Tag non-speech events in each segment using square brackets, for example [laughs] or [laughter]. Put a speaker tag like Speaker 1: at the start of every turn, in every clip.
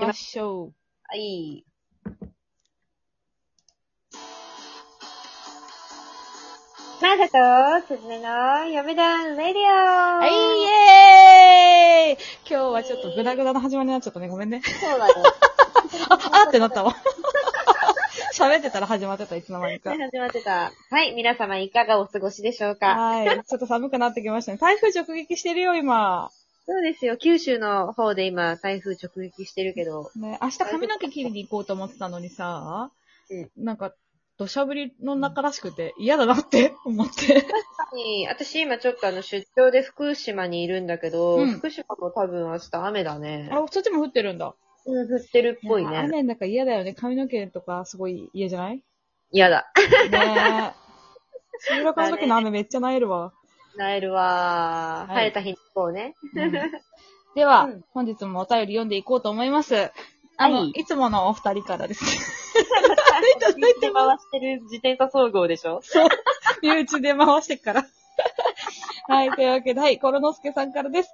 Speaker 1: 行きましょう。
Speaker 2: はい。マサと、すずめの嫁団レディオ
Speaker 1: は、
Speaker 2: はい
Speaker 1: イエーイ今日はちょっとグダグダの始まりになっちゃったね。ごめんね。
Speaker 2: そうだね。
Speaker 1: あ、あーってなったわ。 [laughs] 喋ってたら始まってた、いつの間にか。
Speaker 2: 始まってた。はい、皆様いかがお過ごしでしょうか
Speaker 1: はい。ちょっと寒くなってきましたね。台風直撃してるよ、今。
Speaker 2: そうですよ、九州の方で今、台風直撃してるけど、
Speaker 1: ね、明日髪の毛切りに行こうと思ってたのにさ、なんか、土砂降りの中らしくて、嫌だなって [laughs] 思って。
Speaker 2: 私今ちょっとあの、出張で福島にいるんだけど、
Speaker 1: うん
Speaker 2: 福島も多分明日雨だね。
Speaker 1: あ、そっちも降ってるんだ。
Speaker 2: うん、降ってるっぽい
Speaker 1: や
Speaker 2: ね。
Speaker 1: 雨なんか嫌だよね。髪の毛とかすごい嫌じゃない
Speaker 2: 嫌だ。
Speaker 1: [laughs]
Speaker 2: [laughs]
Speaker 1: ねえ。収録の時の雨めっちゃなえるわ。
Speaker 2: なえる
Speaker 1: は
Speaker 2: わー。
Speaker 1: い
Speaker 2: 晴れた日に行こうね。
Speaker 1: では、
Speaker 2: うん
Speaker 1: 本日もお便り読んでいこうと思います。あの、
Speaker 2: はいい、
Speaker 1: つものお二人から
Speaker 2: [laughs]
Speaker 1: です。
Speaker 2: い
Speaker 1: ただいてま
Speaker 2: してる自転車総合でしょ
Speaker 1: 身内で回してから。 [laughs] はい、というわけで、はい、コロノスケさんからです。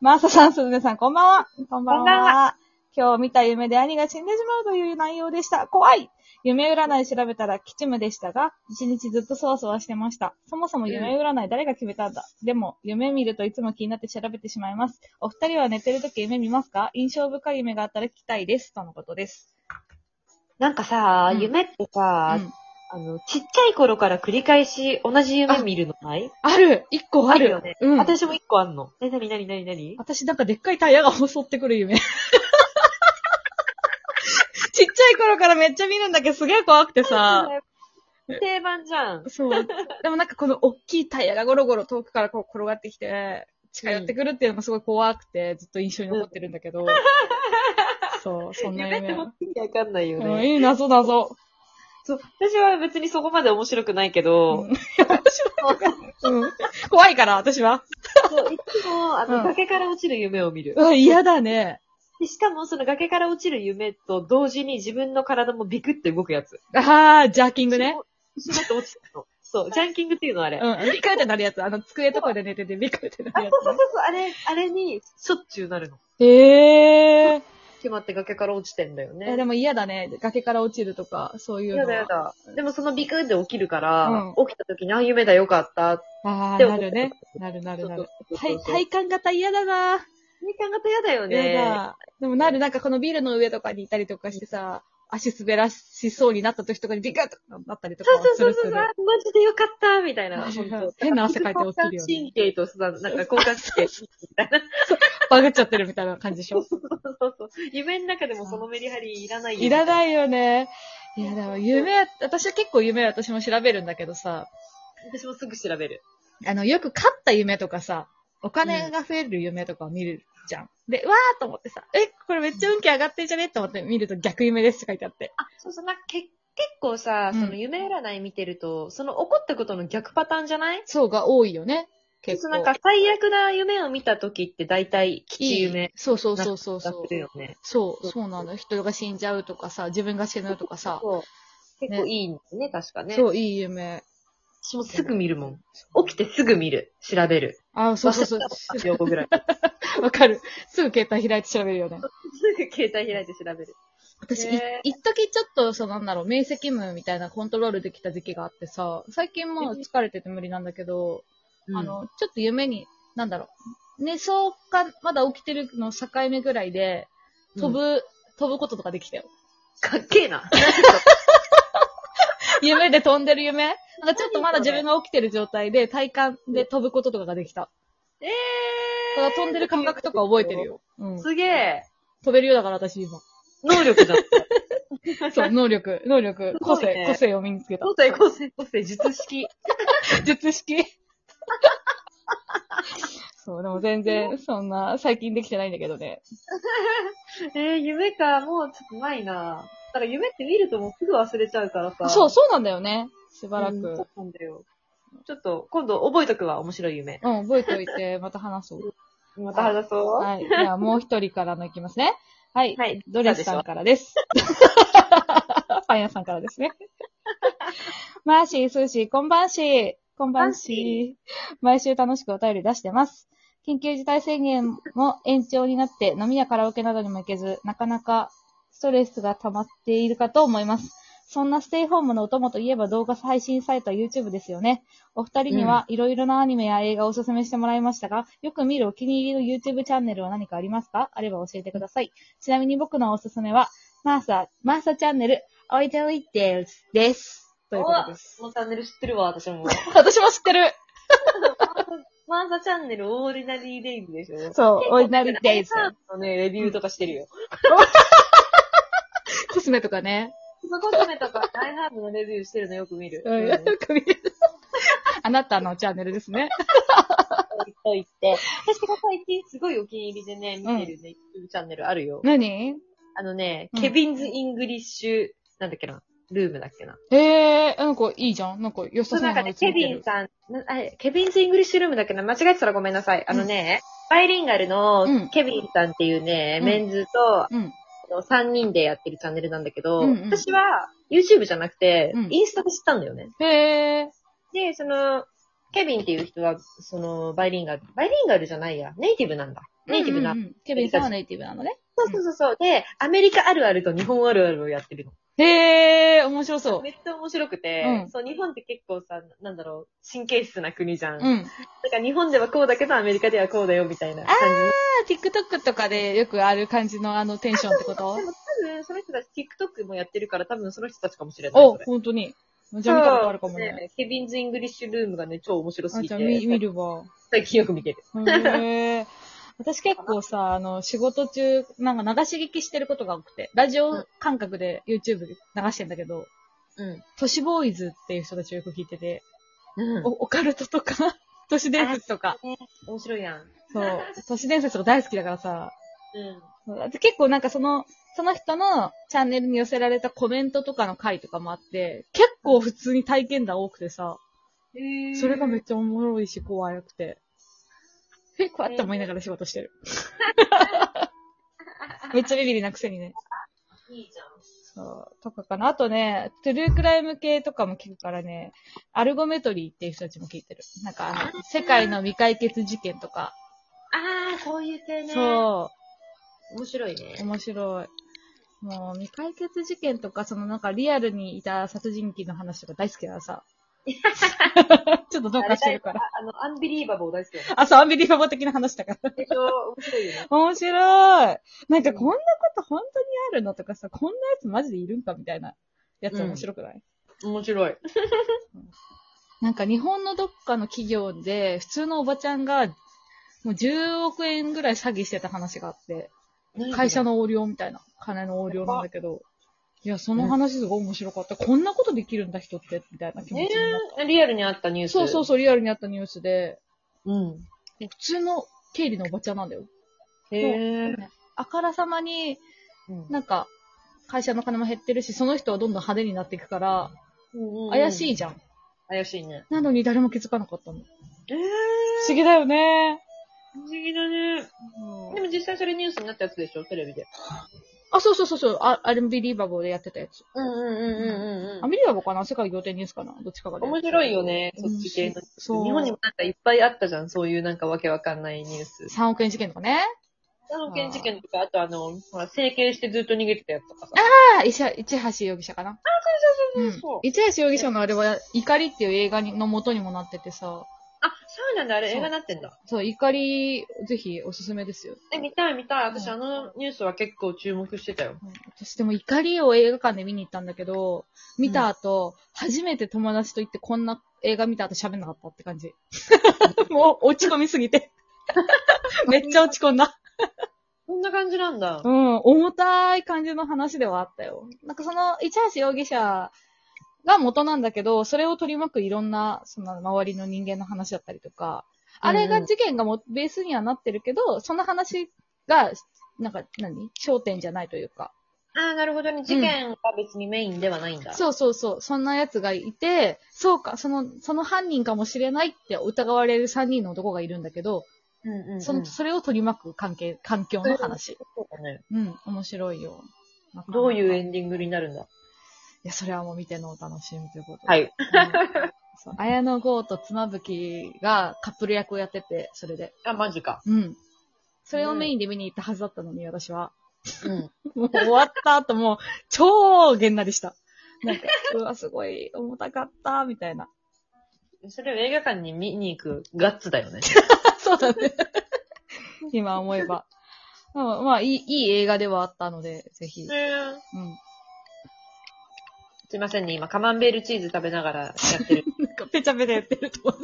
Speaker 1: マーサさん、すずめさん、こんばんは。こんばんは。
Speaker 2: こんばん
Speaker 1: 今日見た夢で兄が死んでしまうという内容でした。怖い夢占い調べたら吉夢でしたが、一日ずっとそわそわしてました。そもそも夢占い誰が決めたんだ、でも、夢見るといつも気になって調べてしまいます。お二人は寝てるとき夢見ますか印象深い夢があったら聞きたいです。とのことです。
Speaker 2: なんかさ、
Speaker 1: うん
Speaker 2: 夢ってさ、
Speaker 1: うん
Speaker 2: あの、ちっちゃい頃から繰り返し同じ夢見るのない
Speaker 1: ある一個ある
Speaker 2: よね。
Speaker 1: うん。
Speaker 2: 私も一個あんの。え、なになになになに
Speaker 1: 私なんかでっかいタイヤが襲ってくる夢。ちっ [laughs] ちゃい頃からめっちゃ見るんだけど、すげえ怖くてさ。
Speaker 2: 定番じゃん。
Speaker 1: そう。でもなんかこの大きいタイヤがゴロゴロ遠くからこう転がってきて、近寄ってくるっていうのがすごい怖くて、ずっと印象に残ってるんだけど。そう、そんな
Speaker 2: 夢って
Speaker 1: 夢。
Speaker 2: 本当にわかんないよ
Speaker 1: うん、
Speaker 2: ね。
Speaker 1: いい謎謎。
Speaker 2: そう、私は別にそこまで面白くないけど、
Speaker 1: うん。怖いから、私は。
Speaker 2: そういつも、あ
Speaker 1: うん
Speaker 2: の、崖から落ちる夢を見る。
Speaker 1: うわ、嫌だね。
Speaker 2: でしかも、その崖から落ちる夢と同時に自分の体もビクって動くやつ。
Speaker 1: あー、ジャーキングね。
Speaker 2: 一緒になって落ちてるの。そう、ジャンキングっていうのあれ。
Speaker 1: うん。ビクってなるやつ。あの、机とかで寝ててビクってな
Speaker 2: あ、
Speaker 1: る
Speaker 2: そう
Speaker 1: や
Speaker 2: そうそうそう、あれ、あれに、しょっちゅうなるの。
Speaker 1: つ。えー。
Speaker 2: 決まって崖から落ちてんだよね。
Speaker 1: え、でも嫌だね。崖から落ちるとか、そういうの
Speaker 2: や
Speaker 1: は。
Speaker 2: だやだ。でもそのビクンで起きるから、
Speaker 1: うん
Speaker 2: 起きた時に、あ、夢だ、よかったっ
Speaker 1: あ
Speaker 2: て
Speaker 1: あ、
Speaker 2: 思
Speaker 1: な
Speaker 2: って。
Speaker 1: るね。なるなるなる。
Speaker 2: そうそう
Speaker 1: 体
Speaker 2: そう
Speaker 1: 体感型嫌だな
Speaker 2: 体感型嫌だよ
Speaker 1: 嫌
Speaker 2: ね。
Speaker 1: だ。でもなる、なんかこのビルの上とかにいたりとかしてさ、足滑らしそうになった時とかにビカッとなったりとか
Speaker 2: そう
Speaker 1: は
Speaker 2: そう
Speaker 1: す
Speaker 2: そう
Speaker 1: る
Speaker 2: そ
Speaker 1: す
Speaker 2: う、
Speaker 1: る。
Speaker 2: あマジでよかった、みたいな。
Speaker 1: なるな
Speaker 2: 本当
Speaker 1: 変な汗かいて起きるよね
Speaker 2: 交感神経とさ、なんか交感神経。
Speaker 1: バグっちゃってるみたいな感じでしょ。
Speaker 2: そうそうそう。夢の中でもそのメリハリいらないよ
Speaker 1: いら
Speaker 2: い。
Speaker 1: ないよね。いや、でも夢、私は結構夢私も調べるんだけどさ、
Speaker 2: 私もすぐ調べる。
Speaker 1: あの、よく勝った夢とかさ、お金が増える夢とかを見るじゃん。で、わーっと思ってさ、え、これめっちゃ運気上がってるじゃねって思って見ると逆夢ですって書いてあって。
Speaker 2: そうそう、なんかけ結構さ、
Speaker 1: うん
Speaker 2: その夢占い見てると、その起こったことの逆パターンじゃない
Speaker 1: そうが多いよね。結
Speaker 2: そう
Speaker 1: 構。
Speaker 2: なんか最悪な夢を見た時って大体吉夢
Speaker 1: そうそう
Speaker 2: な
Speaker 1: そうそう
Speaker 2: だ
Speaker 1: そ
Speaker 2: っ
Speaker 1: う
Speaker 2: て。るよね。
Speaker 1: そう、そうなの。人が死んじゃうとかさ、自分が死ぬとかさ。
Speaker 2: そう。結構いいんですね、確かね。
Speaker 1: そう、いい夢。
Speaker 2: 私もすぐ見るもん。起きてすぐ見る。調べ [laughs] る。
Speaker 1: あ、そうそうそう。
Speaker 2: 忘れたの8秒後ぐらい。
Speaker 1: わかる。すぐ携帯開いて調べるよね。
Speaker 2: すぐ携帯開いて調べる。
Speaker 1: 私、い
Speaker 2: ね
Speaker 1: 一時ちょっと、そうなんだろう、明晰夢みたいなコントロールできた時期があってさ、最近もう疲れてて無理なんだけど、あ
Speaker 2: うん、
Speaker 1: の、ちょっと夢に、なんだろう、寝そうか、まだ起きてるの境目ぐらいで、飛ぶ、飛ぶこととかできたよ。
Speaker 2: かっけえな。
Speaker 1: 夢で飛んでる
Speaker 2: [laughs]
Speaker 1: 夢なんかちょっとまだ自分が起きてる状態で、体感で飛ぶこととかができた。
Speaker 2: え
Speaker 1: だから飛んでる感覚とか覚えてる。よ。うん。
Speaker 2: [laughs] すげえ。
Speaker 1: 飛べるようだから私
Speaker 2: [laughs]
Speaker 1: 今。
Speaker 2: 能力だった。
Speaker 1: そう、能力、能力、個
Speaker 2: すごい
Speaker 1: 性、
Speaker 2: ね
Speaker 1: 個性を身につけた。
Speaker 2: 個性、個性、個性、術式。
Speaker 1: 術式。 [laughs] そう、でも全然、そんな、最近できてないんだけどね。
Speaker 2: [laughs] えー、夢か。もうちょっとないな。だから夢って見るともうすぐ忘れちゃうからさ。
Speaker 1: そう、そうなんだよね。しばら
Speaker 2: うんそ
Speaker 1: く
Speaker 2: う。なんだよ。ちょっと、今度覚えとくわ。面白い夢。
Speaker 1: うん、覚えておいて、 [laughs] また話そう。
Speaker 2: また話そう。
Speaker 1: はい。じゃあ、もう一人からのいきますね。はい。
Speaker 2: はい
Speaker 1: ドレスさんから
Speaker 2: [laughs]
Speaker 1: です。パン屋さんからですね。マーシー、スーシー、こんばんしー。こんばんしー。毎週楽しくお便り出してます。緊急事態宣言も延長になって、飲みやカラオケなどにも行けず、なかなかストレスが溜まっているかと思います。そんなステイホームのお供といえば動画配信サイトは YouTube ですよね。お二人にはいろいろなアニメや映画をおすすめしてもらいましたが、よく見るお気に入りの YouTube チャンネルは何かありますかあれば教えてください。ちなみに僕のおすすめは、マーサ、マーサチャンネル、おいでおいでです。ということです。
Speaker 2: このチャンネル知ってるわ、私も。
Speaker 1: 私も知ってる。
Speaker 2: マーサチャンネルオーディナリーデイズでしょ
Speaker 1: そう、オリジナルデイズ。
Speaker 2: さんのね、レビューとかしてるよ。
Speaker 1: コスメとかね。
Speaker 2: そこコメとか、ダイハードのレビューしてるのよく見る。
Speaker 1: [laughs] うん、
Speaker 2: 言
Speaker 1: よ
Speaker 2: っ
Speaker 1: く見る。あなたのチャンネルですね。
Speaker 2: といて。私が最近すごいお気に入りでね、見てるね、YouTube チャンネルあるよ。
Speaker 1: 何
Speaker 2: あのね、
Speaker 1: うん
Speaker 2: ケビンズ・イングリッシュ、なんだっけな、ルームだっけな。
Speaker 1: えー、なんかいいじゃん。なんか良
Speaker 2: そ
Speaker 1: さ
Speaker 2: う
Speaker 1: そう
Speaker 2: なんか
Speaker 1: な
Speaker 2: ね、
Speaker 1: や
Speaker 2: ケビンさん、なあれケビンズ・イングリッシュルームだっけな、間違えてたらごめんなさい。あのね、バイリンガル
Speaker 1: う
Speaker 2: の
Speaker 1: ん
Speaker 2: ケビンさんっていうね、
Speaker 1: うん
Speaker 2: メンズと、
Speaker 1: うん。
Speaker 2: 3人でやってるチャンネルなんだけど、
Speaker 1: うんうん
Speaker 2: 私は YouTube じゃなくて、
Speaker 1: うん
Speaker 2: インスタで知ったんだよね。
Speaker 1: へえ
Speaker 2: で、その、ケビンっていう人は、その、バイリンガル、バイリンガルじゃないや、ネイティブなんだ。
Speaker 1: ー。
Speaker 2: ネイティブな。
Speaker 1: うんうんうんケビンさんはネイティブなのね。
Speaker 2: そうそうそうそう。で、アメリカあるあると日本あるあるをやってるの。
Speaker 1: へえー、面白そう
Speaker 2: め。っちゃ面白くて、
Speaker 1: うん
Speaker 2: そう、日本って結構さ、なんだろう、神経質な国じゃん。
Speaker 1: うん。
Speaker 2: だから日本ではこうだけど、アメリカではこうだよ、みたいな感じの。
Speaker 1: TikTok とかでよくある感じのあのテンションってこと
Speaker 2: でも多分、その人たち TikTok もやってるから、多分その人たちかもしれない。
Speaker 1: お
Speaker 2: それ、
Speaker 1: ほんとに。じゃあ見たことあるかも
Speaker 2: そう
Speaker 1: ね。
Speaker 2: ケビンズ・イングリッシュルームがね、超面白す
Speaker 1: あ
Speaker 2: ぎ
Speaker 1: じ
Speaker 2: て。
Speaker 1: ゃあ見見るわ。
Speaker 2: 最近よく見てる。
Speaker 1: へえ。私結構さ、あの、仕事中、なんか流し聞きしてることが多くて、ラジオ感覚で YouTube 流してんだけど、
Speaker 2: うん。
Speaker 1: 都市ボーイズっていう人たちをよく聞いてて、
Speaker 2: うん
Speaker 1: おオカルトとか、都市伝説とか、
Speaker 2: 面白いやん。
Speaker 1: そう、都市伝説とか大好きだからさ、
Speaker 2: うん。
Speaker 1: 結構なんかその、その人のチャンネルに寄せられたコメントとかの回とかもあって、結構普通に体験談多くてさ、それがめっ
Speaker 2: ち
Speaker 1: ちゃおもろいし怖くて。え、こうやって思いながら仕事してる。めっちゃビビりなくせにね。
Speaker 2: ゃいいじゃ
Speaker 1: そう、とかかな。あとね、トゥルークライム系とかも聞くからね、アルゴメトリーっていう人たちも聞いてる。なんかあの、世界の未解決事件とか。
Speaker 2: ん。ああ、そういう系ね。。
Speaker 1: そう、
Speaker 2: 面白いうね。
Speaker 1: 面白い。もう、未解決事件とか、そのなんかリアルにいた殺人鬼の話とか大好きだから [laughs] さ。ちょっとどうかしてるから。
Speaker 2: あの、アンビリーバボー大好きだね。
Speaker 1: あ、そう、アンビリバボー的な話だから。
Speaker 2: でしょ面白いよね。
Speaker 1: 面白い。なんかこんなこと本当にあるのとかさ、こんなやつマジでいるんかみたいなやつ面白くない、
Speaker 2: 面白い。
Speaker 1: なんか日本のどっかの企業で、普通のおばちゃんが、もう10億円ぐらい詐欺してた話があって、会社の横領みたいな、金の横領なんだけど、いや、その話すごい面白かった。こんなことできるんだ人って、みたいな気持
Speaker 2: ね
Speaker 1: ちになった。
Speaker 2: えリアルにあったニュース。
Speaker 1: そうそうそう、リアルにあったニュースで、
Speaker 2: う。うん。
Speaker 1: 普通の経理のおばちゃんなんだよ。
Speaker 2: へえ。
Speaker 1: あからさまに、
Speaker 2: うん
Speaker 1: なんか、会社の金も減ってるし、その人はどんどん派手になっていくから、
Speaker 2: うんうん
Speaker 1: 怪しい。じゃん。
Speaker 2: 怪しいね。
Speaker 1: なのに誰も気づかなかったの。不
Speaker 2: ええ。
Speaker 1: 思議だよね。
Speaker 2: 不思議だね。でも実際それニュースになったやつでしょテレビで。
Speaker 1: あ、そうそうそうそう、あアンビリーバボーでやってたやつ。
Speaker 2: うんうんうん
Speaker 1: アンビリーバボーかな世界仰天ニュースかなどっちかがね。
Speaker 2: 面白いよね、そっち系の。
Speaker 1: そう。
Speaker 2: 日本にもなんかいっぱいあったじゃん、そういうなんかわけわかんないニュース。
Speaker 1: 3億円事件とかね。
Speaker 2: あの件事件とか、あとあの、ほら、整形してずっと逃げてたやつとかさ。
Speaker 1: あ、石市橋容疑者かな。
Speaker 2: そううそうんそう。
Speaker 1: 市橋容疑者のあれは、怒りっていう映画にの元にもなっててさ、
Speaker 2: あ、そうなんだ、あれ
Speaker 1: そう
Speaker 2: 映画になってんだ。
Speaker 1: そう、怒り、ぜひおすすめですよ。
Speaker 2: え、見たい見たい。私
Speaker 1: うん
Speaker 2: あのニュースは結構注目してたよ。
Speaker 1: うん私でも怒りを映画館で見に行ったんだけど、見た後、初めて友達と行ってこんな映画見た後喋んなかったって感
Speaker 2: [laughs]
Speaker 1: じ。もう落ち込みすぎて。めっちゃ落ち込んだ。
Speaker 2: こんな感じなんだ
Speaker 1: う。ん、重たい感じの話ではあったよ。なんかその、市橋容疑者が元なんだけど、それを取り巻くいろんな、その周りの人間の話だったりとか、あれ
Speaker 2: うん
Speaker 1: が
Speaker 2: うん
Speaker 1: 事件がもベースにはなってるけど、その話が、なんか何焦点じゃないというか。
Speaker 2: ああ、なるほどね。事件が別にメインではないんだ。
Speaker 1: そうそうそう。そんな奴がいて、そうか、その、その犯人かもしれないって疑われる3人の男がいるんだけど、
Speaker 2: うんうんうん。
Speaker 1: その、それを取り巻く関係、環境の話。
Speaker 2: そうだね。
Speaker 1: うん、面白いよ。なかなか
Speaker 2: どういうエンディングになるんだ
Speaker 1: いや、それはもう見てのお楽しみということで。
Speaker 2: はい。
Speaker 1: うん。 [laughs] そう綾野剛と妻夫木がカップル役をやってて、それで。
Speaker 2: あ、マジか。
Speaker 1: うん。それをメインで見に行ったはずだったのに、私は。
Speaker 2: うん。
Speaker 1: もう終わった後もう、超げんなでした。なんか、うわ、すごい重たかった、みたいな。
Speaker 2: それを映画館に見に行くガッツだ
Speaker 1: [laughs]
Speaker 2: よね。
Speaker 1: [laughs] そうだね。 [laughs] 今思えば。でもまあ、いい、いい映画ではあったので、ぜひ。うん。
Speaker 2: すいませんね、今、カマンベールチーズ食べながらやってる。
Speaker 1: なんか、ペチャペチャやってると思う。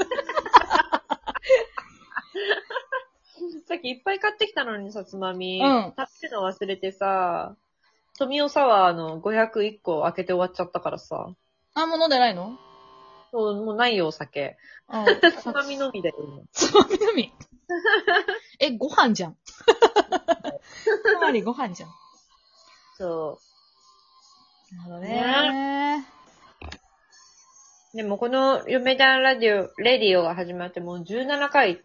Speaker 2: さっきいっぱい買ってきたのにさ、つまみ。
Speaker 1: うん
Speaker 2: 食べるの忘れてさ、富尾サワーの501個開けて終わっちゃったからさ。
Speaker 1: あ、もう飲んでないの
Speaker 2: そうもうないよ、お酒。
Speaker 1: [laughs] あ
Speaker 2: つまみのみだよ、今
Speaker 1: つまみのみ。え、ご飯じゃん。つまりご飯じゃん。
Speaker 2: そ
Speaker 1: なるほど
Speaker 2: ね。う。でもこの、嫁ダンラディオ、レディオが始まってもう17回。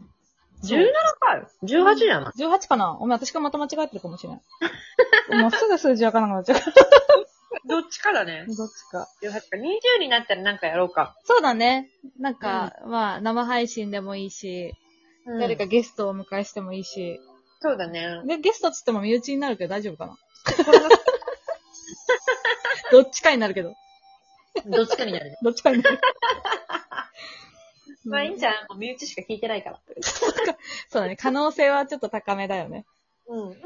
Speaker 1: そう
Speaker 2: 17回 ?18 じゃない、
Speaker 1: 18かなお前、私がまた間違えてるかもしれ [laughs] ない。もうすぐ数字わからなくなっちゃ
Speaker 2: どっちかだね
Speaker 1: う。。 [laughs] どっちか。
Speaker 2: 18か。20になったらなんかやろうか。
Speaker 1: そうだね。なんか、まあ、生配信でもいいし、誰か
Speaker 2: うん
Speaker 1: ゲストをお迎えしてもいいし。
Speaker 2: そうだ [laughs] ね。
Speaker 1: で、ゲストっつっても身内になるけど大丈夫かなどっちかになるけど。
Speaker 2: どっちかになるね。
Speaker 1: どっちかに [laughs] なる。
Speaker 2: まあいいんじゃん。もう身内しか聞いてないから。
Speaker 1: そうだね。可能性はちょっと高めだよね。
Speaker 2: うん。
Speaker 1: うん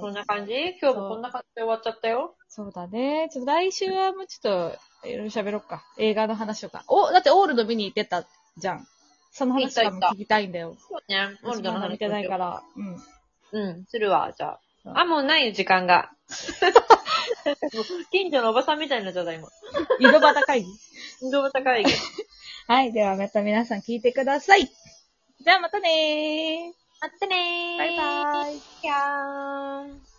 Speaker 2: こんな感じ今日もこんな感じで終わっちゃったよ。
Speaker 1: そうだね。ちょっと来週はもうちょっと、いろいろ喋ろっか。映画の話とか。お、だってオールド見に行ってたじゃん。その話とかも
Speaker 2: 行った行
Speaker 1: 聞きたいんだよ。
Speaker 2: そうね。
Speaker 1: 私まだ見てないから。うん。
Speaker 2: うん、するわ、じゃ
Speaker 1: そう
Speaker 2: あ。あ、もうないよ、時間が。 [laughs] 近所のおばさんみたいになっちゃった、今。
Speaker 1: 井戸端会議。
Speaker 2: 運動高い。
Speaker 1: [laughs] はい。ではまた皆さん聞いてください。じゃあまたねー。
Speaker 2: あったねー。
Speaker 1: バイバーイ。
Speaker 2: イ。